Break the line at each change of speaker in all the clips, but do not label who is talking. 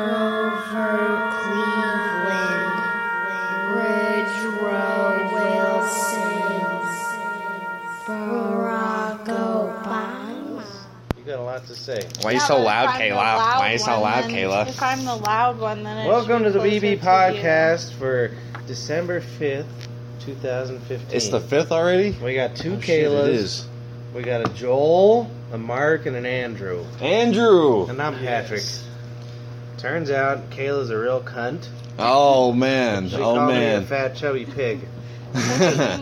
Grover Cleveland, Woodrow Wilson, Barack Obama.
You got a lot to say.
Why are you
Yeah,
so
but if
loud,
I'm the
Kayla?
loud
Why are you so
one,
loud,
then-
Kayla?
If I'm the loud one, then it
Welcome to
should
the
be
BB
closer to you.
podcast for December 5th, 2015.
It's the fifth already.
We got two Kaylas.
Shit, It is.
We got a Joel, a Mark, and an Andrew.
Andrew.
And I'm Patrick. Turns out Kayla's a real cunt.
Oh man.
She
Oh
called me a
man.
fat chubby pig.
You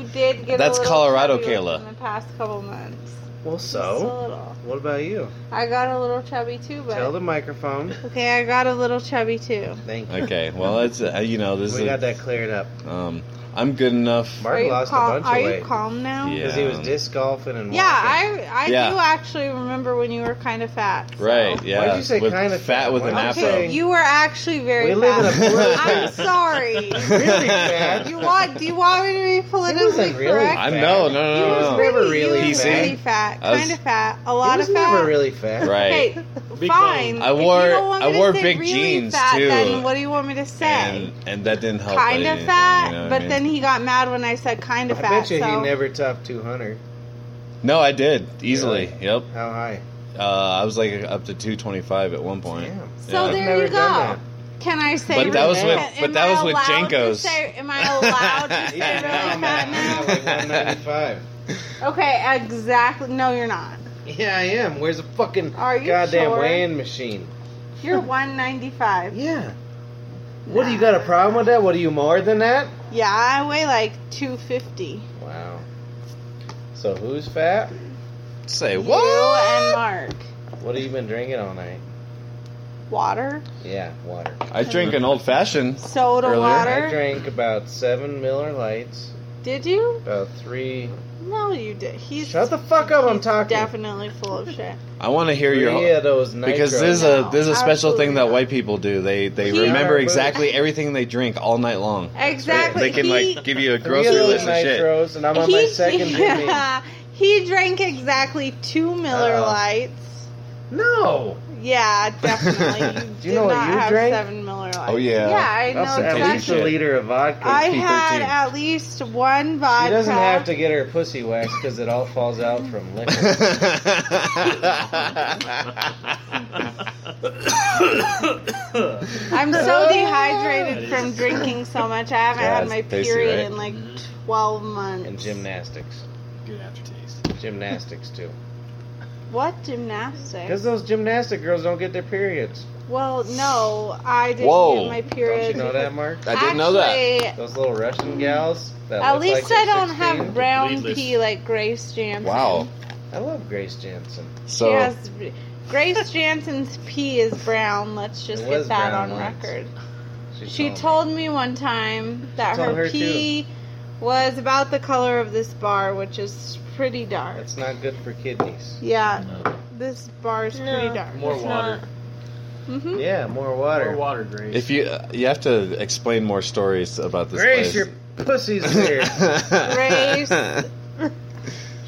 did get a
That's
little
Colorado,
chubby
Kayla.
In the past couple months.
Well,
Just a
so?
little.
What about you?
I got a little chubby too, but
Tell the microphone.
okay, I got a little chubby too.
Thank you.
okay. Well, it's uh, you know this
We got
is.
that cleared up.
Um, I'm good enough.
Mark
are you
lost
calm?
a bunch
are
of
you
weight.
calm now?
Yeah.
Because he was disc golfing and
Yeah,
walking.
I I
Yeah.
do actually remember when you were kind of fat. so-
Right. Yeah.
Why'd you say
with
kinda
fat
fat?
with
Why
an
not
afro?
say-
You were actually very
We live in a
fat.
political-
I'm sorry.
Really fat.
You want? Do you want me to be politically
wasn't really
correct?
I know. No. No.
You was
No.
He
no.
never
really,
really
you was
fat.
really fat,
Oh. I was-
kind of fat, a
He
lot
was
of fat.
never really fat.
Right.
Hey,
Big
fine.
bone.
I
If you
wore-
don't want me
I
to
wore
say
big
really
jeans,
fat,
too.
Then what do you want me to say?
And, and that didn't help.
Kind of
anything,
fat,
you know what I
but
mean?
then he got mad when I said kind
I
of fat.
bet you
so
he never topped 200.
No, I did easily. Yep.
How high?
Uh, I was like up to 225 at one point.
Damn.
So
Yeah.
there
Never
you go.
done
Can I say?
But that was
really
with-
fat?
but
Am
that
I
was with
allowed to
Jenkos.
say- Am I allowed to say
Yeah,
really
no, man.
fat now?
like 195.
Okay, exactly. No, you're not.
Yeah, I am. Where's the fucking
Are you
goddamn
sure?
weighing machine?
You're 195.
Yeah. What do you got a problem with that? What are you more than that?
Yeah, I weigh like 250.
Wow. So who's fat?
Say
You
what?
and Mark.
What have you been drinking all night?
Water,
Yeah, water.
I drink an old fashioned.
soda
Earlier,
I
water.
drank about seven Miller Lights,
Did you?
about three.
No, you did. He's
Shut the fuck up! I'm
he's
talking.
Definitely full of shit.
I want to hear
Three
your
of those nitros.
because there's a there's a special
Absolutely
thing that
not.
white people do. They they
He-
remember
Yeah.
exactly everything they drink all night long.
Exactly.
They can
he,
like give you a
three
grocery
of
list
those
of shit.
nitros, and I'm on my
he-
second yeah.
yeah, he drank exactly two Miller
Uh-oh.
Lights.
Oh. No.
Yeah, definitely. You
Do
did
you know what
not
you
have
drank?
seven Miller Lights.
Oh, yeah.
Yeah, I know
That's E at least
exactly.
a liter of vodka.
I had
PG-13.
at least one vodka.
She doesn't have to get her pussy waxed because it all falls out from liquor.
I'm so dehydrated from drinking so much. I haven't
Yeah,
had
it's
my
tasty,
period
right?
in like
Mm-hmm.
12 months.
and gymnastics.
Good aftertaste.
Gymnastics, too.
What gymnastics?
Because those gymnastic girls don't get their periods.
Well, no, I didn't
Whoa.
get my
Don't
period.
you know that, Mark?
I didn't know that.
Actually,
Those little Russian gals. That
At
look
least
like they're
I don't
16.
have brown
Bleedless.
pee like Grace Jansen.
Wow.
I love Grace Jansen.
She
So
has, Grace Jansen's pee is brown. Let's just
It
get
was
that on
brown once.
record.
me.
She told me one time that
Told
her,
her,
pee was about the color of this bar, which is pretty dark.
That's not good for kidneys.
Yeah, this bar is pretty
No.
dark.
More
It's
water.
hmm
Yeah, more water.
More water, Grace.
if you you have to explain more stories about this
Grace,
place.
your pussy's weird.
Grace.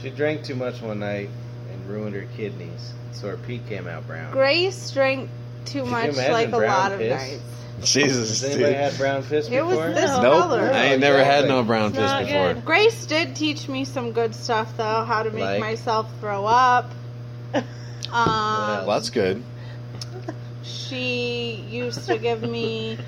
she drank too much one night and ruined her kidneys, so her pee came out brown.
Grace drank too
you
much,
imagine
like a
brown
lot of
piss?
nights.
Jesus,
Has
dude.
anybody had brown fist
It was
before?
this
No.
Nope,
color.
I ain't never had no
Exactly.
brown
It's
fist
not
before.
good.
Grace did teach me some good stuff, though, how to make
Like?
myself throw up.
else?
Um,
Well, that's good.
she used to give me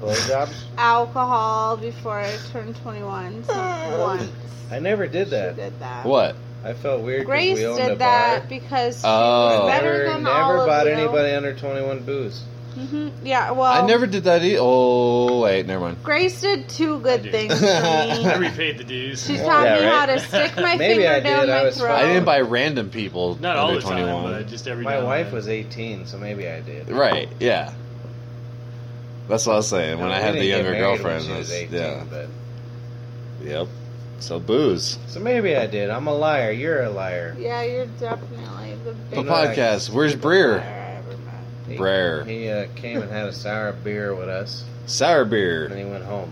Blowjobs?
alcohol before I turned 21. So once
I never did
she
that.
did that.
What?
I felt weird because
Grace
we owned a
did
bar. Uh,
that because she
Oh.
was better
Never,
than all
never
of
bought
you.
anybody under 21 booze.
hmm Yeah, well,
I never did that either. Oh wait, never mind.
Grace did two
I
good
did.
things for me.
I repaid the dues.
She taught
Yeah,
me
right.
how to stick my
Maybe
finger
I
down
did, I
my
was
throat.
fine.
I didn't buy random people.
Not all
under
the time,
21.
but just every. now
My
and
wife
then.
was 18, so maybe I did.
Right, yeah. That's what I was saying. When
No,
I
we
had the
didn't get
younger
married when
girlfriend,
she was
that's-
18,
yeah,
but-
yep. So booze.
so maybe I did. I'm a liar. You're a liar.
Yeah, you're definitely the
The
know, I-
podcast. Where's Breer?
I ever met.
He-
Brer.
He uh, came and had a sour beer with us,
Sour
and then
beer.
he went home.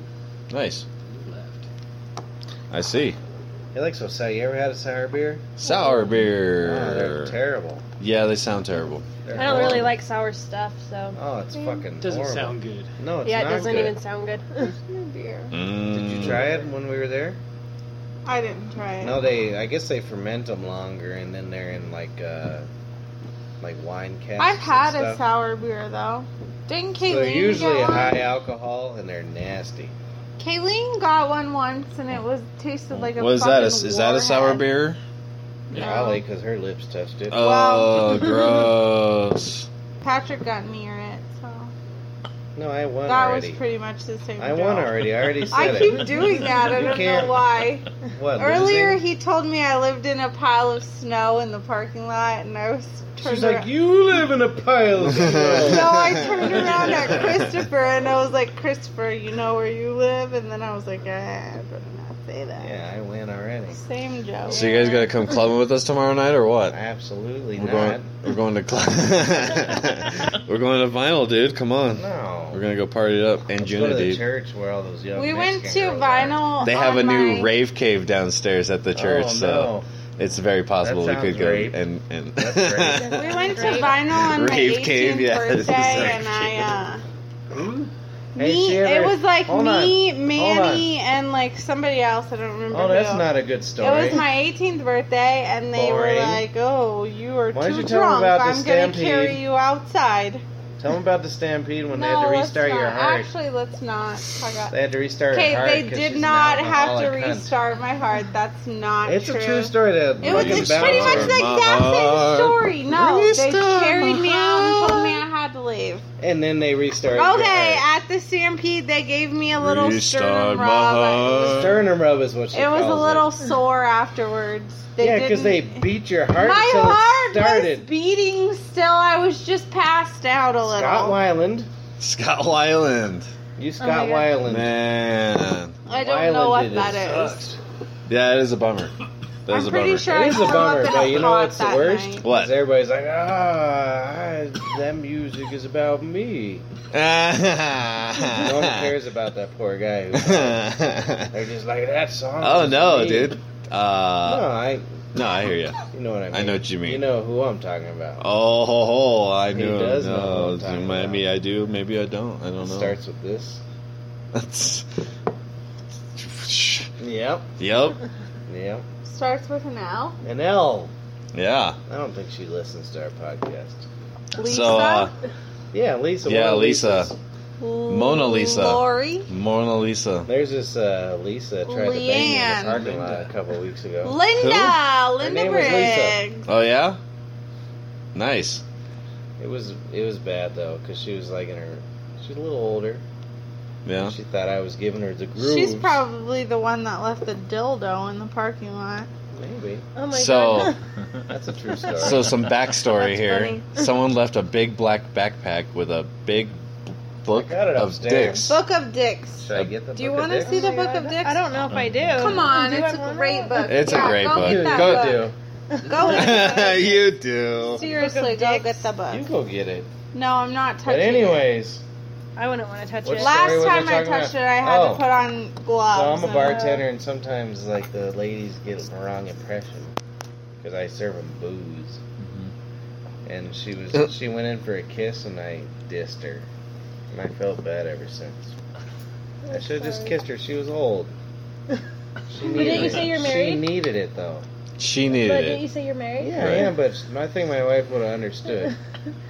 Nice.
Left.
I see.
He likes so sour. You ever had a sour beer?
Sour
Oh, they're
beer.
terrible.
Yeah, they sound terrible.
They're
I don't really
horrible.
like sour stuff, so.
Oh, it's fucking.
Doesn't
horrible.
sound good.
No, it's
yeah, it
not
doesn't
good.
even sound good.
beer.
Did
Mm.
you try it when we were there?
I didn't try it.
No, they. I guess they ferment them longer, and then they're in like uh, like wine casks.
I've had
and
a
stuff.
sour beer though. Didn't
So they're
Kayleen
usually
get one?
high alcohol, and they're nasty.
Kayleen got one once, and it was tasted like a.
What is that? A,
fucking
is that a sour
warhead.
beer?
No.
Probably because her lips touched it.
Oh, gross.
Patrick got near it, so
no, I won
that
already.
was pretty much the same.
I
joke.
won already. I already said
I
it.
keep doing that. I
You
don't know
can't-
why.
What?
Earlier,
losing?
he told me I lived in a pile of snow in the parking lot, and I was turned
She's
around-
like, you live in a pile. of snow."
No, I turned around at Christopher and I was like, Christopher, you know where you live? And then I was like, eh, I better not say that.
Yeah, I win already.
Same joke.
So you guys gotta come clubbing with us tomorrow night or what?
Absolutely
We're
not.
going. We're going to club. we're going to vinyl, dude. Come on.
No.
We're gonna go party it up
Let's
in
go to
Juna,
the
dude.
church where all those young.
we went to
Mexican girls are.
vinyl.
They have a
on
new
my-
rave cave downstairs at the church,
Oh,
so
no.
it's very possible we
That
could
sounds
go
rape.
and and.
That's rape.
We went to
Rave-
vinyl on my
Rave
18th
cave, yeah.
birthday, and I. Uh, me,
Hmm? Hey, Taylor,
it was like
hold
me,
on, hold
Manny, and like somebody else. I don't remember.
Oh, that's
who.
not a good story.
It was my 18th birthday, and they
Boring.
were like, "Oh, you are
Why'd
too
you tell them
drunk.
about the
I'm gonna
stampede?"
carry you outside."
Tell them about the stampede when
no,
they had to
let's
restart
not.
your heart.
Actually, let's not. Talk about
they had to restart
Okay,
her heart.
they
'cause
did
she's
not
an
have to
alcoholic cunt.
restart my heart. That's not
It's
true.
a true story. That
It was
fucking
it's pretty much
bouncer-
the
Restart my
exact same
heart.
story. No,
Restart
they carried
my
me out and told me
heart.
I had to leave.
And then they restarted. your
Okay,
heart.
at the stampede, they gave me a little
Restart
sternum
my
rub.
heart.
Sternum rub is what she
It was a
calls
little sore afterwards. They
yeah, because they
didn't-
beat your heart
my
until
heart
it started.
was beating still. I was just passed out a little.
Scott Weiland.
Scott Weiland,
You Scott
Oh God.
Weiland.
man.
I don't know what
Weiland
that
it
is.
Yeah, it is a bummer. That is
I'm
a
pretty
bummer.
sure I
It is a
threw up
bummer,
in a
but you know
pot
what's the
that
worst?
night.
What?
Is everybody's like, ah, I- that music is about me. No one cares about that poor guy. who- They're just like, that song.
oh
is
no,
me."
dude.
No,
Uh,
I,
no. I hear you.
you know what I mean.
I know what you mean.
You know who I'm talking about.
Oh, ho, ho, I
He
knew. him.
does know what
no,
I'm talking
maybe
about.
I do. Maybe I don't. I don't know.
Starts with this.
That's.
Yep.
Yep.
Yep.
Starts with an L.
And L.
Yeah.
I don't think she listens to our podcast.
Lisa.
So, uh,
Yeah, Lisa.
Yeah,
one of
Lisa.
Lisa's.
Mona Lisa.
Lori.
Mona Lisa.
There's this uh, Lisa tried to bang
Leanne.
me in the parking lot a couple weeks ago.
Linda. Linda
name was Lisa.
Briggs.
Oh yeah. Nice.
It was it was bad though because she was like in her she's a little older.
Yeah.
She thought I was giving her the groove.
She's probably the one that left the dildo in the parking lot.
maybe
Oh my
so,
god.
that's a true story.
so some backstory
That's
here.
funny.
Someone left a big black backpack with a big book
got it
of
upstairs.
dicks.
Book of Dicks.
Should I get the
Do you
book of
want to
dicks?
see the Book of Dicks?
I don't know if I do.
Come on,
Do I
it's a
want
great
it?
book.
It's a
Yeah,
great
go
book.
Get that
Go
book.
Oh,
Go get it.
you do.
Seriously,
Book
go
of
get the
do. You
book.
go get it.
No, I'm not touching
But anyways,
I wouldn't want to touch
What's that?
it.
Last
Sorry, what
time
was I
I
talking
touched
about?
it, I had
Oh.
to put on uh, gloves.
so I'm a
and-
bartender, and sometimes like the ladies get the wrong impression because I serve them booze.
Mm-hmm.
And she was she went in for a kiss, and I dissed her, and I felt bad ever since. I should have just kissed her. She was old. She
But didn't you
needed
say
it.
you're
She
married?
needed it though.
She
But
needed
didn't you
it.
say you're married?
Yeah, I am, but I think my wife would have understood.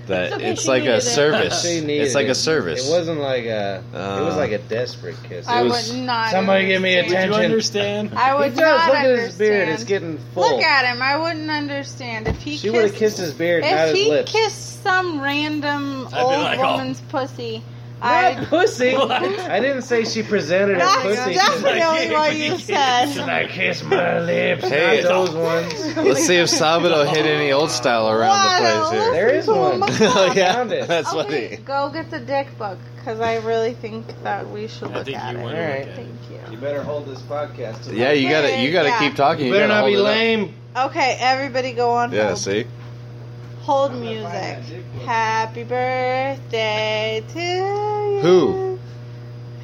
That it's,
It's okay, she
like
needed
a
it.
service.
She needed
It's like
it.
a service.
It wasn't like a. it was
Uh,
like a desperate kiss.
I
It
It
was-
would not.
Somebody give me
understand.
Do you
Attention.
understand?
I
he
would
does.
not
Look
understand.
at his beard. It's getting full.
Look at him. I wouldn't understand if he
She would have
kissed.
kissed his beard, not
if
his
he
lips.
kissed some random
I'd be
old
like, oh.
woman's pussy,
not
I.
pussy.
What?
I didn't say she presented her
That's
pussy.
definitely what you
She's
said.
like, I kiss my lips,
Hey.
not those ones.
Let's see if Sabado hit any old style around
Wow,
the place here.
There is one.
oh yeah,
Found it.
that's
okay,
funny.
go get the dick book because I really think that we should
I
look
think
at
you
it.
want to
Alright.
look at it.
Thank you.
You better hold this podcast.
Yeah, you gotta you gotta
Yeah.
keep talking.
You better not
gotta
be
hold it up.
lame.
Okay, everybody, go on
Yeah,
hold.
see.
Hold
I'm gonna find
music.
that dick book.
Happy birthday to you.
Who?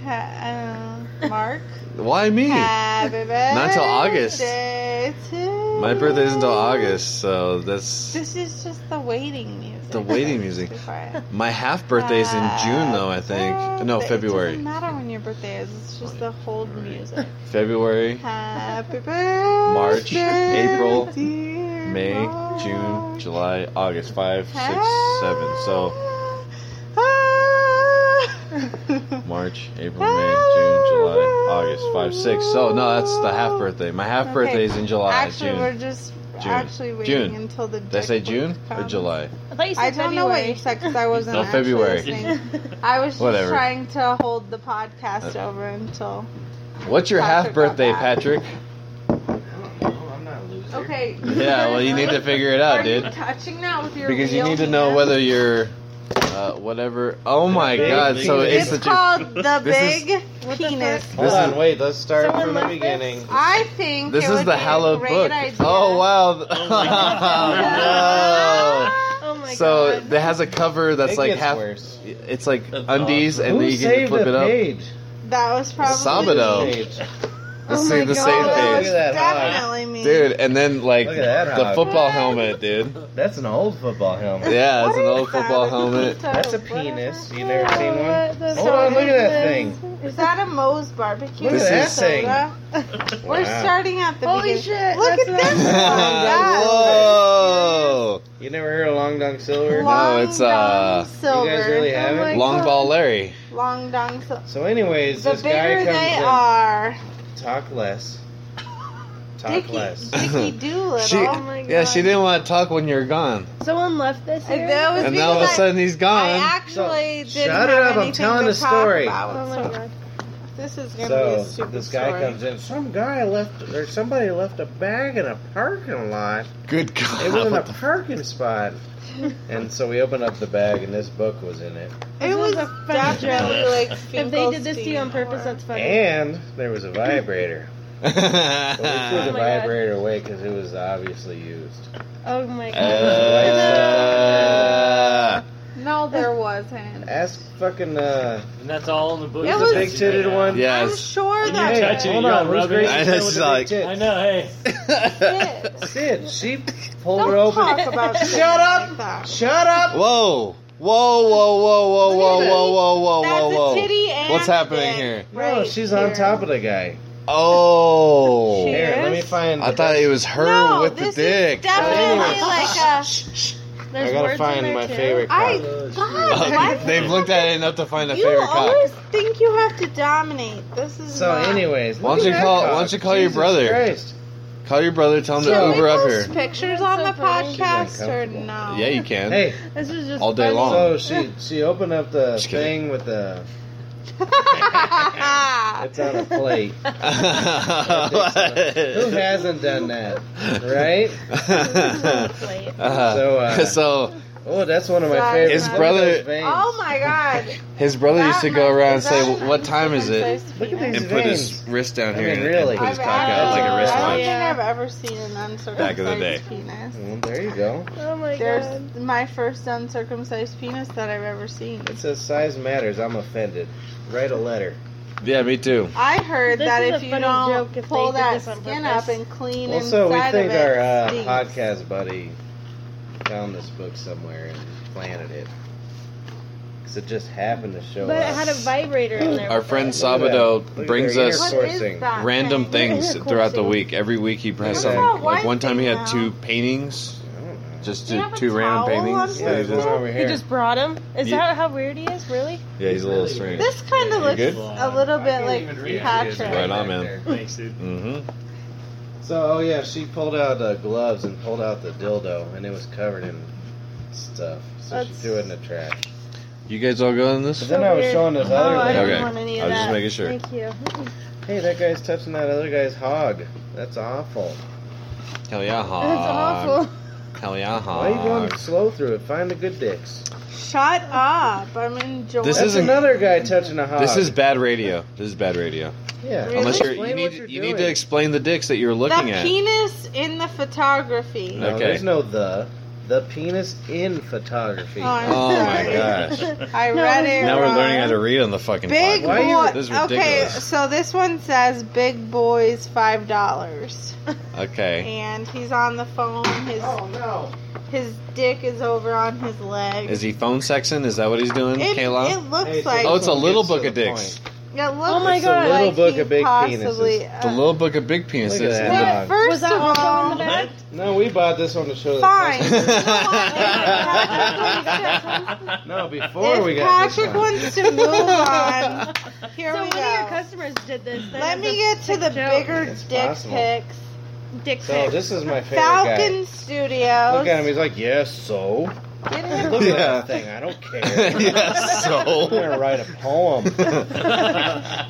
Ha- uh, Mark.
Why me?
Happy birthday.
Not till August.
To
My birthday is until August, so that's
This is just the waiting music.
The waiting music.
Too far.
my half birthday is in June though. I think no
Well, It
February.
doesn't matter when your birthday is. It's just the whole music.
February,
Happy
March,
birthday,
April,
dear
May,
March.
June, July, August, five, six, seven. So March, April, May, June, July, August, five, six. So no, that's the half birthday. My half
Okay.
birthday is in July.
Actually,
June.
we're just
June.
actually waiting
June.
until the.
Did I say June or July?
I thought you said
I don't know what you said because I wasn't.
No,
actually
February.
listening. I was just
Whatever.
trying to hold the podcast over until.
What's your
Patrick
half birthday,
got that.
Patrick?
I'm not a loser.
Okay.
Yeah, well, you need to figure it
Are
out,
you
dude.
touching that with your
Because you
real
need to know
hand?
whether you're, uh, whatever. Oh my
Big,
God!
big,
So
big.
it's
It's
such a.
called the
this
big
What the
penis.
fuck?
Hold
This
on,
is-
wait. Let's start
Someone
from the
left this?
beginning.
I think
This
it
is
would
the
be a
hallowed
great
book.
Idea.
Oh wow! no.
Oh my
So
god.
it has a cover that's
It
like
gets
half.
worse.
It's like
That's
undies,
Who
and then you get to
saved
flip
the
it up.
page?
That was probably
Sabado.
Page.
Let's
Oh
see
my
the
God.
same
Look
That was
page,
at that hog.
definitely me.
dude. And then like
Look at that
the
hog.
football helmet, dude.
That's an old football helmet.
Yeah,
What
it's an
is
old
that?
football
It's
helmet.
just
That's a
whatever.
penis. You never seen one?
What the
Hold on, look at that
fuck?
thing.
Is that a Moe's barbecue?
Look at
This
that
is-
thing.
Soda? We're
Wow.
starting at the
Holy
beginning.
shit.
Look at
that's what I-
this. God. Oh,
Whoa!
You never heard of Long Dong Silver?
Wow.
Long
it's, uh,
Dong Silver.
You guys really haven't?
Oh my
Long
God.
ball Larry.
Long Dong Silver.
So, anyways,
The
this guy
bigger
comes
they
in.
are,
Talk less. Talk less.
Dicky, Dicky Doolittle.
She,
Oh my
yeah, she
God.
didn't want to talk when you're gone,
Someone left this
And
here.
that was-
and now all of a
because I-
sudden he's
I
gone.
actually
So,
didn't
shut
have
it up, I'm
anything
telling
to
a
talk
story.
about,
Oh
so
my god.
This is gonna be
So
a stupid
this guy
story.
comes in. Some guy left, or somebody left a bag in a parking lot.
Good God!
It was in a
what the-
parking spot. And so we opened up the bag, and this book was in it.
It was
This is a funny
definitely
joke.
like
If they did this to you on purpose,
Finkelstein
that's funny.
And there was a vibrator. But we threw the
Oh my God.
vibrator away because it was obviously used.
Oh my god.
Uh,
or- No, there wasn't.
Ask fucking uh.
And that's all in the book.
It
It's
was-
a pig-titted
Yeah.
one.
I'm
yes.
sure
You
that
Hey, touch it,
hold
you don't
on, who's
rub it.
Gracie
I
Snow
just
with the big
like-
tits?
I know. Hey,
Sid, she pulled
Don't
her open.
talk about
Shut
shit
up!
Like that.
Shut up!
Whoa! Whoa! Whoa! Whoa! Whoa! Whoa! Whoa! Whoa! Whoa!
That's
Whoa!
a
Whoa!
titty and
What's
a
happening
dick
here?
Right
no, she's
here.
on top of the guy.
Oh!
She-
Here, let me
is?
find.
I thought it was her
No,
with the
this
dick.
Is definitely
Anyway.
like a.
I
There's
gotta
words in
find
there
my
too.
favorite.
I
cop.
God, why do
They've
you
looked at it enough to find a
You
favorite
always
cock.
think you have to dominate. This is
So,
not-
anyways,
Why don't
look
you
at that
call-
cock.
why don't you call your
Jesus
brother?
Christ.
Call your brother. Tell him
Should
to
we
Uber up
post
here.
pictures on the
That's so funny.
podcast
She's
or
uncomfortable.
no?
Yeah, you can.
Hey,
This is just
All day
funny.
long.
so she she opened up the
Just kidding.
thing with the it's on a plate. Who hasn't done that, right? So, uh,
Uh-huh. so
Oh, that's one of my
Sorry,
favorites.
His
Look at
brother-
those veins.
Oh my god!
his brother used to go around and
Is
say,
that-
"Well, "What time is it?"
Look at these
And put his
veins.
wrist down
I
here
mean,
and-
really.
and put his
I've
cock out like a
actually- I don't
wristwatch.
think
Yeah.
I've ever seen an uncircumcised
Back in the day.
penis.
Well, Mm, there you go.
Oh my god.
There's my first uncircumcised penis that I've ever seen.
It says size matters. I'm offended. Write a letter.
Yeah, me too.
I heard
This
that
is
if
a
you
funny
don't
joke if
pull
they did
that
this on
skin
purpose.
up and clean
Also, we
inside
think
of it,
our uh,
stinks.
podcast buddy found this book somewhere and planted it because it just happened to show
But it
us.
had a vibrator in there.
Our
with
friend
it.
Sabado
Look at
brings
their
us
What is
sourcing.
that
random
thing?
things
Cool
throughout the
thing.
week. Every week he
Look
has
at
something.
that
Like
white
one time he
thing
had
now.
two paintings,
I don't know.
just
Do you have
two,
a
two random
towel
paintings.
on
yeah, there's one over
He
here.
just brought him. Is
Yeah.
that how weird he is? Really?
Yeah, he's a little strange.
This kind of looks
good?
a little
I
bit
can't
like
even read
Patrick.
it.
Right on, man.
There.
Thanks, dude.
Mm-hmm.
So, oh yeah, she pulled out uh, gloves and pulled out the dildo, and it was covered in stuff. So she
That's-
threw it in the trash.
You guys all go in this?
But then I was
weird.
showing this
Oh,
other
I
guy.
don't
Okay.
want any
I
of
was just
that.
making sure.
Thank you.
Hey, that guy's touching that other guy's hog. That's awful.
Hell yeah, hog.
That's awful.
Hell yeah, hog.
Why are you going slow through it? Find the good dicks.
Shut up! I'm enjoying.
This
That's
isn't-
another guy touching a hog.
This is bad radio. This is bad radio.
yeah.
Really?
Unless you're, you
Explain
need
what you're
you need to
doing.
explain the dicks that you're
the
looking at.
penis in the photography.
No,
Okay.
there's no the. The penis in photography.
Oh, I'm
Oh my
sorry.
gosh.
I
No,
read
it's
it.
Now we're learning how to
wrong.
read on the fucking
Big
podcast.
Why are
boy.
you-
This is
okay,
ridiculous.
so this one says big boys five dollars,
Okay.
and he's on the phone. His
no.
his dick is over on his leg.
Is he phone sexing? Is that what he's doing,
it,
Kayla?
it looks
Hey, so-
like
oh, it's a little
Gets
book
to
of
the
dicks.
it looks
Oh my God.
Little
like
book
he
of big
possibly,
penises.
The
uh,
little book of big
Look
penises.
at
and
that.
Well, first
Was that
of
also
all,
on the back?
No, we bought this on the show.
fine.
That
Fine.
no, before
if
we got this
Patrick
one.
wants to move on, here
so
we
one of your
go.
customers did this. They
Let
had
me get to
sick
the
joke.
bigger
It's
dick
possible.
pics.
dick
So
pic.
this is my favorite
Falcon
guy.
Studios.
Look at him. He's like, yes, so.
Get him-
Look at
Yeah.
that thing. I don't care.
yes,
I'm gonna
so.
write a poem.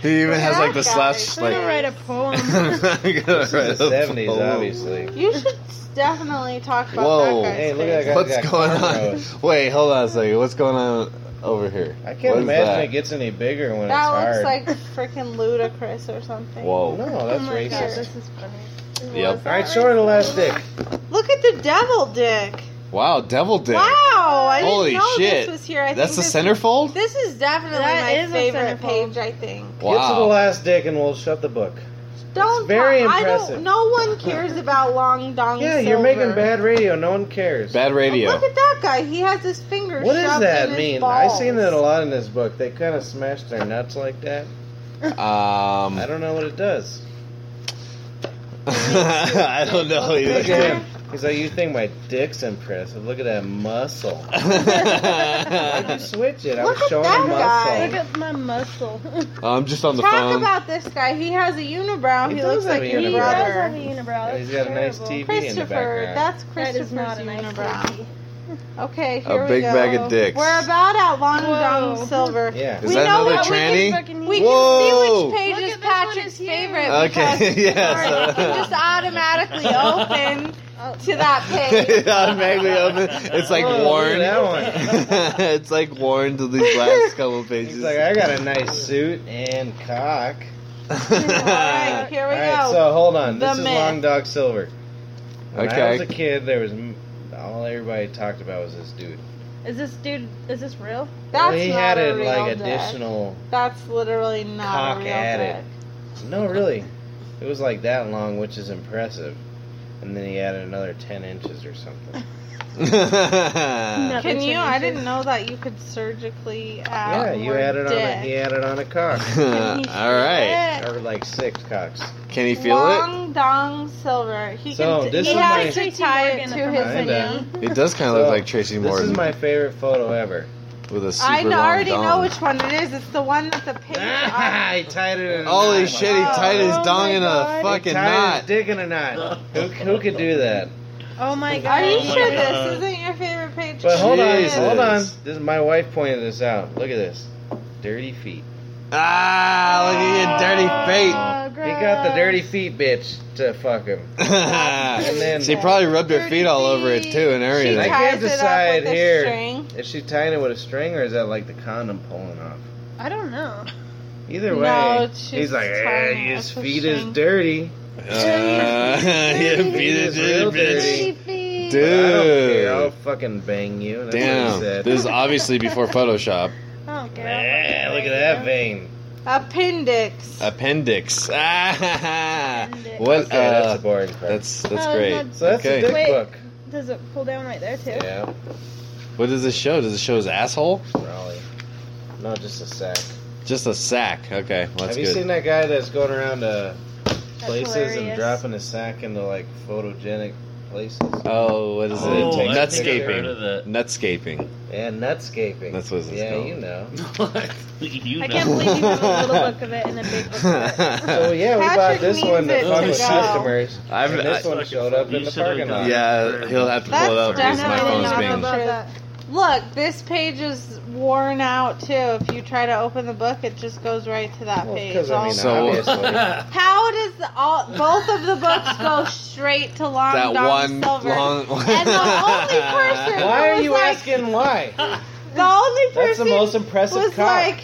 he even has like the
That guy.
slash
I'm gonna
like.
write a poem. Oh
This is the seventies, obviously.
You should definitely talk about
Whoa.
that guy's
Hey, look at
face.
that
What's
Got
going on?
cornrows.
Wait, hold on a second. What's going on over here?
I
What
can't
is
imagine
that?
it gets any bigger when
That
it's
looks
hard.
like freaking ludicrous or something.
Whoa.
no,
oh
that's
my God,
racist.
this is funny.
Yep.
Was that
All right, show her the last dick.
Look at the devil dick.
Wow, devil dick.
Wow, I
Holy
didn't know
shit.
this was here. I
That's the
think this,
centerfold.
This is definitely
That
my
is a
favorite
centerfold.
page. I think.
Get to the
Wow.
last dick and we'll shut the book.
Don't.
very
talk- I
impressive.
don't. No one cares about Long Dong.
Yeah, you're
Silver.
making bad radio. No one cares.
Bad radio.
Look at that guy. He has his fingers.
What does
shoved in
that
his
mean?
Balls.
I seen that a lot in this book. They kind of smash their nuts like that.
Um,
I don't know what it does.
I don't know
Look at
either.
him. He's like, you think my dick's impressive? Look at that muscle. Why'd you switch it? I
Look
was
at
showing
that
a
guy.
Look
muscle.
at my muscle.
I'm just on the
Talk
phone.
about this guy. He has a unibrow.
He
He,
does
looks
have
like
a
your
he
unibrow.
does have a
brother.
unibrow.
And he's
That's
got a nice
terrible.
TV in the
Christopher.
background.
That's
That is
Christopher's
not a nice
unibrow.
TV.
Okay,
A
here
big
we go.
bag of dicks.
We're about at Long
Whoa.
John Silver.
Yeah.
Is
We
that
know
another
that we
tranny?
Oh, fucking
We
Whoa.
can see which
Look
page is
at this one
Patrick's
is huge.
favorite.
Okay,
because
yes.
You just automatically open
Oh.
to that page.
It automatically opens. It's like
Whoa, Oh, look at
worn.
that one.
it's like worn to these last couple pages.
He's like, I got a nice suit and cock.
All right, here we
All right,
go.
so hold on.
The
This is
myth.
Long Dog Silver. When I
Okay.
was a kid, there was m- all everybody talked about was this dude.
Is this dude? Is this real?
That's
he
not
had
a
it
real
like
dick.
additional.
That's literally not
Cock
a real
at it.
dick.
No, really, it was like that long, which is impressive. And then he added another ten inches or something.
No.
Can you?
Continue.
I didn't know that you could surgically add.
yeah, you
more
added on. A,
dick.
he added on a cock,
All right.
or like six cocks.
Can he feel
Long Dong Silver. He
So,
can.
this
he
is
has
my-
to tie it
Tracy
to
Morgan
his knee.
Kinda.
it? It does kind of
So,
look like Tracy
This
Morgan
is my favorite photo ever.
with a super
I kn-
long
already
dong.
know which one it is. It's the one that the page. on-
he tied it in. a
Holy
knot.
shit! He tied his
Oh
dong
my
in a
God.
fucking
he tied
knot.
His dick in a knot. who, who could do that?
Oh my god.
Are you
Oh my
sure
God.
Uh,
this isn't your favorite page?
But hold
Jesus.
on, hold on. This my wife pointed this out. Look at this, dirty feet.
Ah! Look at
Oh,
He got the dirty feet bitch to fuck him.
your dirty
And
feet.
then
she probably rubbed her
Dirty
feet all over it
feet.
too and
She
I
everything.
can't
ties it up
decide
with a
here.
string.
Is she tying it with a string or is that like the condom pulling off?
I don't know.
Either
No,
way,
it's
he's
just
like,
tying
eh,
it
his
with a
feet
string."
is dirty.
Uh, yeah, feet is
Real
dirty, bitch.
dirty.
feet.
But I don't
Dude.
care. I'll fucking bang you. That's what
Damn.
he said.
This is obviously before Photoshop.
I don't care.
Eh, look at that vein.
Appendix.
Appendix. Ah,
Appendix.
what?
Okay,
uh,
that's a boring part.
that's that's
Oh,
great.
that's-
so that's
okay.
a dick
Wait.
book.
Does it pull down right there too?
Yeah,
What does this show? Does it show his asshole?
probably. No, just a sack.
Just a sack. Okay, well, that's
Have you
good.
seen that guy that's going around to
That's
places and
hilarious.
dropping his sack into like photogenic places?
oh, what is
Oh,
it?
I think I
Nutscaping. Nutscaping.
And nutscaping.
That's what it's
Yeah,
called.
you know.
I can't believe you have a little book of it and a big book of it.
So yeah, we
Patrick
bought this
needs
one
it
to fuck
to
with
go.
customers.
I've,
and this
I,
one showed up in
You
the
should've
parking lot.
gone.
yeah, he'll have to pull it up
That's
because my
I
phone's
definitely
did not know
being.
about that.
Look, this page is worn out too. If you try to open the book, it just goes right to that
Well,
page.
'cause, I mean,
So-
obviously.
How does the, all both of the books go straight to Long
That
Dong
one
Silver?
long.
And the only person-
why are
was
you
like-
asking why?
The only person
That's the most impressive
was
cock.
like,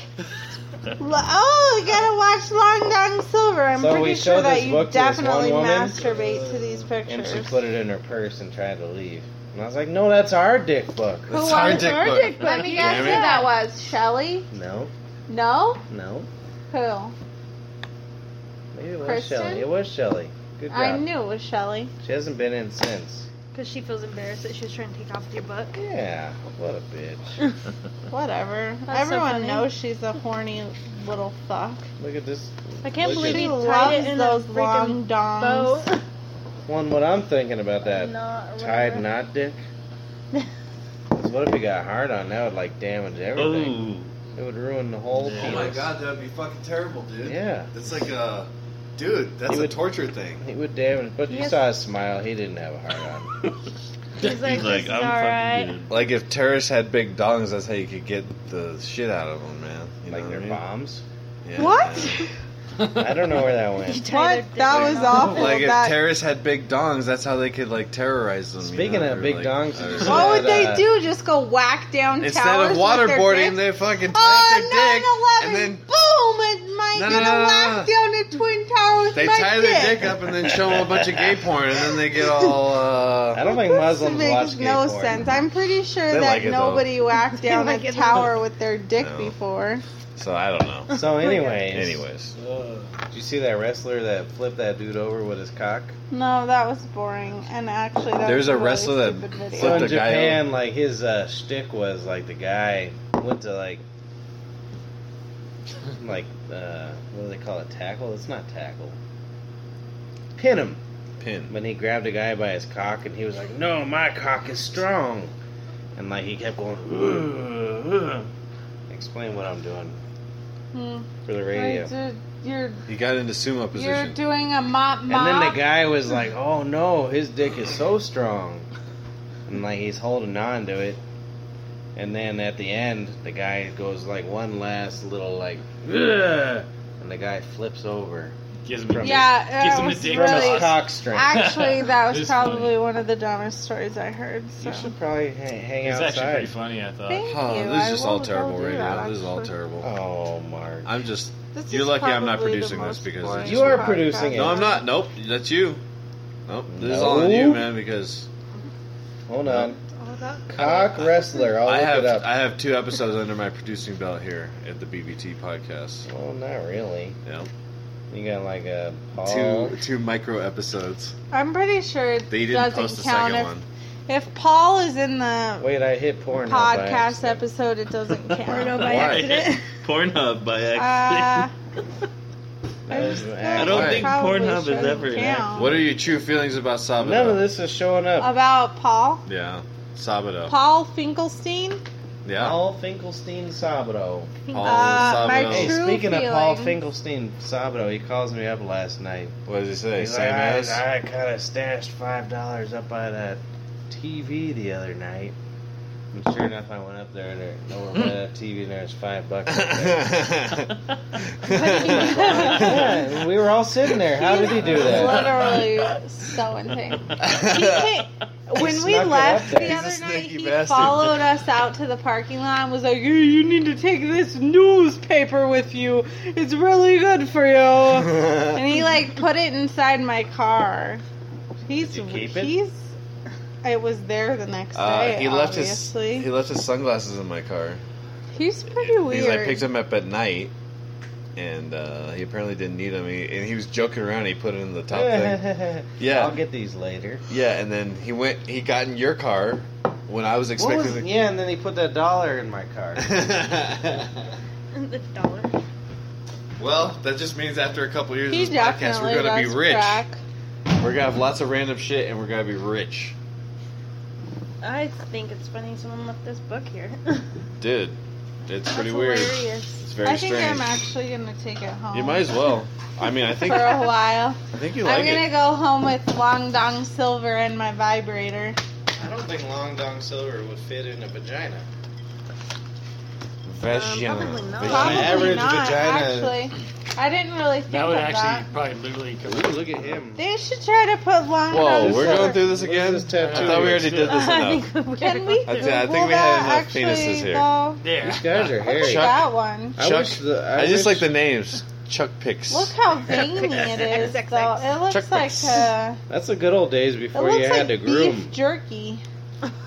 "L- "Oh, you gotta watch Long Dong Silver." I'm
So we
pretty
showed
sure that
this
you
book to this one
definitely
woman,
masturbate to these
and
pictures.
she put it in her purse and tried to leave. And I was like, no, that's our dick book.
Who
That's
was
our
our
dick
dick
book.
book? Let me guess
Damn
who
it.
that was. Shelly?
No,
No?
no.
Who?
Maybe it was
Kristen?
Shelly. It was Shelly. Good job.
I knew it was Shelly.
She hasn't been in since.
Because she feels embarrassed that she was trying to take off your book.
Yeah, what a bitch.
Whatever.
That's so
Everyone
funny.
knows she's a horny little fuck.
Look at this.
I can't
Look at-
believe
She
you tied
loves
it in
those
a
long
freaking bow.
dongs.
One, what I'm thinking about that
Knot or
tied
whatever.
knot dick. 'Cause what if he got hard on? That would like damage everything.
Oh.
Ooh.
It would ruin the whole.
Yeah.
penis.
Oh my god, that'd be fucking terrible, dude.
Yeah.
It's like a, dude, that's
You
a
would-
torture thing.
He would damage. But you
Yes.
saw his smile. He didn't have a hard on.
He's like, "This is alright."
good. Like if terrorists had big dongs, that's how you could get the shit out of them, man. You know
like
what I
their
mean?
bombs.
Yeah,
What?
I don't know where that
You
went.
tied
What?
their
That
dick
was
in a-
awful.
man. Like if
That-
terrorists had big dongs, that's how they could like terrorize them. you
Speaking
know,
of
or,
big
like,
dongs,
or-
just-
What would they
Uh,
do? Just go whack down
Instead
towers
of
with their
waterboarding,
dicks?
they fucking tie
Oh, 9/11!
up their dick, and then
boom! It might
No,
no,
no,
gonna
no, no,
whack
no.
down the twin towers.
they
my
tie their dick up and then show them a bunch of gay porn, and then they get all.
I
uh...
don't think Muslims
this
watch
makes
gay
no
porn.
sense. I'm pretty sure
They
that
like it, though.
nobody whacked down
like
a
it, though.
tower with their dick
No.
before.
So I don't know.
So, anyways,
Anyways,
did you see that wrestler that flipped that dude over with his cock?
No, that was boring. And actually, that
There's
was
a
really
wrestler that
stupid video.
So
Flipped
in
the guy
Japan, like his uh, shtick was like the guy went to like like uh, what do they call it? Tackle? It's not tackle. Pin him.
pin.
When he grabbed a guy by his cock and he was like, "No, my cock is strong," and like he kept going. "Ugh, ugh." Explain what I'm doing
Hmm.
for the radio.
Like, dude, You're
He got into sumo
you're
position.
doing a mop
And
mop.
then the guy was like, "Oh no, his dick is so strong," and like he's holding on to it. And then at the end, the guy goes like one last little like, "Ugh," and the guy flips over.
Gives him a dick.
yeah, uh,
Gives
it
him a
was
dick
From
Really?
his
really.
cock strength.
Actually, that was
It's
probably
funny.
one of the dumbest stories I heard. So.
you should probably hang, hang
It's actually pretty
outside.
funny, I thought.
Thank
Uh, Huh,
you.
this is
I
just all
will go
terrible
do
radio.
that,
this is all
actually.
terrible.
Oh Mark,
I'm just.
This
You're
is
lucky I'm not
probably the
producing this
most
because
boring
You are producing
podcast.
it.
No, I'm not. Nope, that's you. Nope, this is all on
No.
you, man. Because
hold on,
All about
cock wrestler. I'll
Uh, I
look
have
it up.
I have two episodes under my producing belt here at the BBT podcast.
Well, not really.
Yeah,
You got like a Paul.
two two micro episodes.
I'm pretty sure it
They didn't
doesn't
post the
count
second
if,
one.
if Paul is in the
Wait, I hit porn.
podcast episode. It doesn't
Porno
count.
Why?
by accident.
Pornhub by
Uh,
accident.
I
I don't
Why?
think
probably
Pornhub is
shouldn't
ever an
count.
accident.
What are your true feelings about Sabado?
None of this is showing up.
about Paul.
Yeah, Sabado.
Paul Finkelstein.
yeah,
Paul Finkelstein Sabado.
Paul
uh, my
Sabado.
Hey,
True
speaking of Paul
feelings.
Finkelstein Sabado, he calls me up last night.
What does he say?
He's
Same
like,
as.
I, I kind of stashed five dollars up by that TV the other night. And sure enough, I went up there and there, no one that TV and there's five bucks. Up there. yeah, and we were all sitting there. How did he do that?
Literally so insane. when we
snuck it
left
up there.
the
He's a
other night,
sneaky
he
bastard.
followed us out to the parking lot and was like, "Hey, "You need to take this newspaper with you. It's really good for you." and he like put it inside my car. He's
Did you keep it?
he's. It was there the next
Uh,
day.
he left
obviously.
his he left his sunglasses in my car.
He's pretty weird.
Because I picked him up at night, and uh, he apparently didn't need them. He, and he was joking around. He put it in the top thing. Yeah.
I'll get these later.
Yeah, and then he went. He got in your car when I was
What
expecting.
was, yeah, and then he put that dollar in my car.
the-
the dollar.
well, that just means after a couple years
He
of this podcast,
definitely
we're gonna be
does
rich.
crack.
We're gonna have lots of random shit, and we're gonna be rich,
I think it's funny someone left this book here.
dude. It's pretty
That's
weird.
hilarious.
It's very
I think
strange.
I'm actually gonna take it home.
you might as well. I mean, I think
for a
I
while.
think you
I'm
like
gonna
it.
go home with Long Dong Silver and my vibrator.
I don't think long dong silver would fit in a vagina.
Vagina.
probably not.
Vagina.
Um, Probably
average
not,
vagina-
Actually, I didn't really think
That would
of
actually
that.
probably literally come
Ooh, look at him.
They should try to put
Whoa,
Long Dong
we're
Silver.
going through this
What
again.
is this
I
tattoo?
thought we already did this
I
enough.
think we
Can
are
we?
I thi- I
will
think we had
that
enough
actually,
penises here.
Though,
There.
These guys are
look
hairy.
at
Chuck.
that one.
I
Chuck.
wish the-
I just
wish-
like the names. Chuck Picks.
Look how veiny it is,
XXX.
though. It looks
Chuck
like
Bass.
uh,
That's the good old days
it
before
looks
you had to
like beef
groom.
jerky.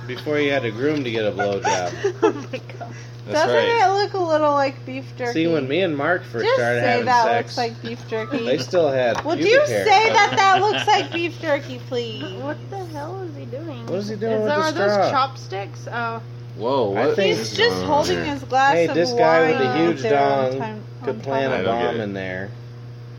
Before you had a groom to get a blowjob.
oh my god.
That's
Doesn't
right.
it look a little like beef jerky?
See, when me and Mark first
Just
started
say
having
that
sex,
looks like beef jerky.
they still had.
Would
pubic
you
hair.
say that that looks like beef jerky, please?
What the hell is he doing?
What is he doing
Is
with
there,
the
are those
straw?
chopsticks? Oh,
Whoa,
I
what?
think-
is
He's just
going on
holding
here?
his glass
Hey,
of
this
wine.
guy with a
up
huge
there on
dong
time- on
Could plant
time.
a
I don't get
bomb
it.
in there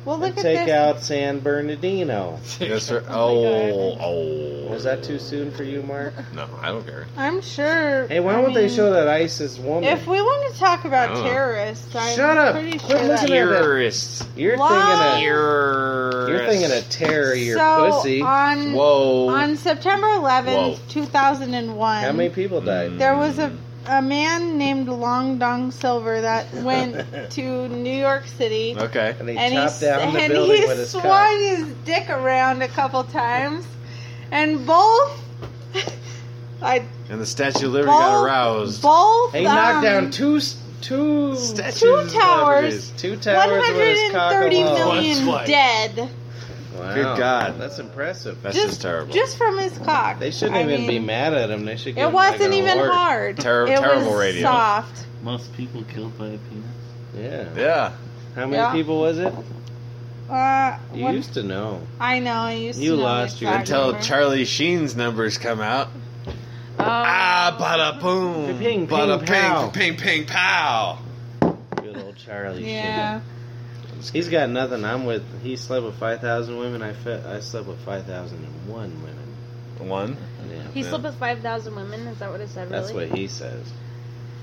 Well, look
and
at
take
this.
out San Bernardino.
Yes, sir.
Oh
Oh, oh.
Was that too soon for you, Mark?
No, I don't care.
I'm sure.
Hey, why
I
would they
mean,
show that ISIS woman?
If we want to talk
I
about
don't know.
terrorists, I'm
Shut up.
pretty
Quit
sure
looking
that
at that.
Terrorists.
You're
Why?
thinking of you're thinking of terror your
so
pussy.
on
Whoa.
on September 11th,
Whoa.
2001,
How many people died?
Mm.
there was a a man named Long Dong Silver that went to New York City.
Okay.
And they
and he,
chopped
s-
down the
and
building
he
with his
swung
cock.
his dick around a couple times, and both, I
And the Statue of Liberty
Both-
got aroused.
both
He knocked
um,
down two s- two
Statues
two
of
towers,
two towers with his cock
130
alone.
Once,
million
twice.
dead
Wow.
Good God.
that's impressive.
That's
Just-
just, terrible.
just from his cock.
They shouldn't
I
even
mean,
be mad at him. They should. Give
It
him, like,
wasn't
an
even
award.
hard.
Ter-
it
terrible
was
radio.
soft.
Most people killed by a penis.
Yeah.
yeah.
How many
Yeah.
people was it?
Uh,
You
what-
used to know.
I know. I used to.
You
know
lost
my
your-
cock
Until
number.
Charlie Sheen's numbers come out.
Oh.
Uh,
Ah, bada boom.
Ping, ping,
bada
pow.
ping, ping, ping, pow.
Good old Charlie. Sheen.
Yeah.
He's got nothing. I'm with. He slept with five thousand women. I fe- I slept with five thousand and one women.
One.
Yeah.
he
Yeah.
slept with 5,000 women? Is that what it said, really?
That's what he says.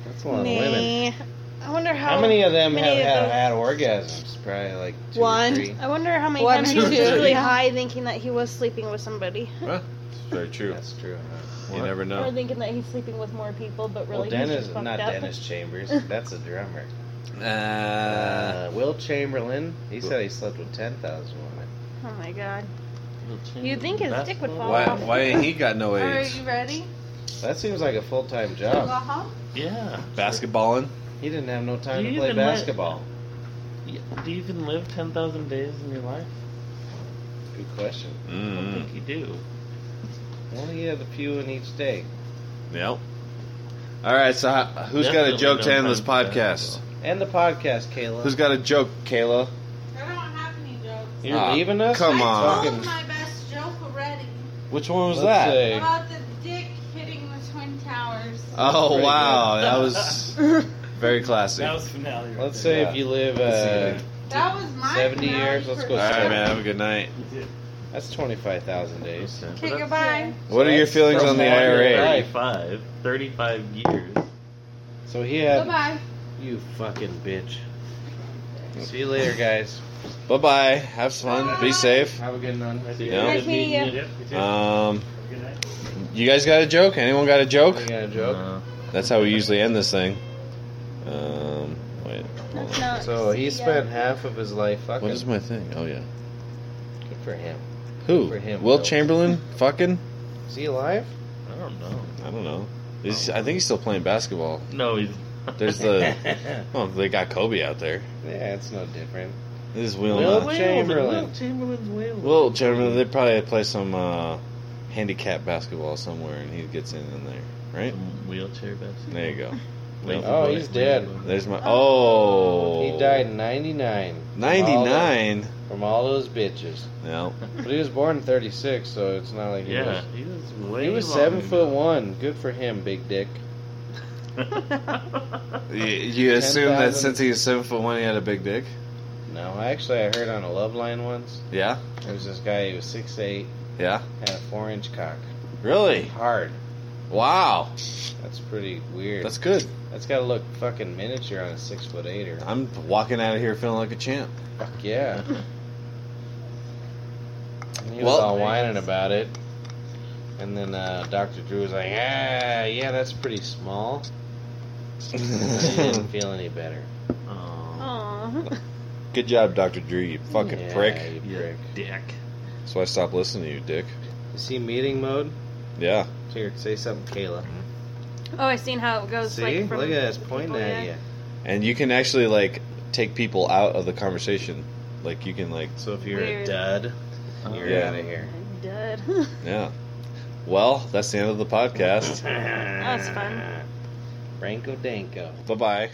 That's a lot of women.
Nay.
I wonder how,
How many of them
many
have
of
had,
them-
had orgasms? Probably like two
One.
Or three.
I wonder how many
One,
times he
two,
was just really
three.
high thinking that he was sleeping with somebody.
Huh? Very true.
That's true. huh?
You never
Or
know.
thinking that he's sleeping with more people, but really
well,
he's
Dennis,
just fucked
not
up.
Dennis Chambers. That's a drummer.
Uh,
Uh, Will Chamberlain. He said he slept with ten thousand women.
Oh my god. You'd think his dick would fall
why,
off.
why ain't he got no
Are
age?
you ready?
That seems like a full time
Go
job.
home.
Yeah.
Basketballing?
He didn't have no time
You
to play
even let-
basketball.
Yeah, Do you even live 10,000 days in your life?
Good question.
I don't
Mm.
think
Hmm.
you do.
Well, he had a few in each day.
Yep. All right, so ho- who's got a
Definitely
joke to
no
end this
time for
podcast?
And the podcast, Kayla.
Who's got a joke, Kayla?
I don't have any jokes.
You're
Ah,
leaving us?
come
I
on.
Fucking-
told my best joke already.
Which one was
Let's
that?
see.
About the dick hitting the Twin Towers.
Oh
Pretty
wow, that was very classy.
That was finale. Right
Let's
there.
say if you live uh,
That was my
70
finale
years, let's
for-
go
All right, man. Have a good night.
that's twenty five thousand days.
Okay, goodbye.
What are your feelings on the
From
IRA?
35, 35 years.
So he had
Goodbye.
you fucking bitch. See you later, guys.
Bye bye. Have fun. Be safe.
Have a good one.
Yeah.
hear
Yep, you too.
Uh,
Um,
Have a good night.
you guys got a joke? Anyone got a joke?
You
Uh,
got a joke?
That's how we usually end this thing. Um, wait. hold on.
No,
so he
yeah.
spent half of his life fucking.
What is my thing? Oh yeah.
Good for him.
Who?
For him,
Will
Bill.
Chamberlain? Fucking?
Is he alive?
I don't know.
I don't know. He's, I think he's still playing basketball.
No, he's.
There's the. Oh, they got Kobe out there.
Yeah, it's no different.
This is Will.
Will
Will,
Chamberlain.
Will Chamberlain's whale.
Will Chamberlain. They probably play some uh, handicap basketball somewhere, and he gets in in there, right?
Some wheelchair basketball.
There you go.
Wait,
Nope.
Oh, he's dead.
There's my. Oh.
He died in ninety nine.
Ninety nine.
From all those bitches.
No.
But he was born in thirty six, so it's not like he
Yeah,
was
he was way.
He was
long
seven
ago.
foot one. Good for him, big dick.
You, you assume that
10,000.
since he was seven foot one, he had a big dick.
No, actually, I heard on a love line once.
Yeah.
There was this guy. He was six eight,
Yeah.
had a four inch cock.
Really?
Hard.
Wow.
That's pretty weird.
That's good.
that's got to look fucking miniature on a six foot eighter.
I'm walking out of here feeling like a champ.
Fuck yeah. And he was
Well-
all whining about it. And then uh, Dr. Drew was like, ah, yeah, that's pretty small. And he didn't feel any better.
Oh,
Aw.
Good job, Dr. Drew, you fucking
Yeah,
prick.
You
you
prick.
dick.
So I stopped listening to you, dick.
Is he meeting mode?
Yeah.
Here, say something, Kayla.
Oh, I seen how it goes.
See?
like, from
Look at us pointing
people,
at
yeah.
you.
And you can actually, like, take people out of the conversation. Like, you can, like,
So if you're
Weird.
a dud, you're
Yeah.
out of here.
Dud.
yeah. Well, that's the end of the podcast.
That was fun.
Franco Danko.
bye bye.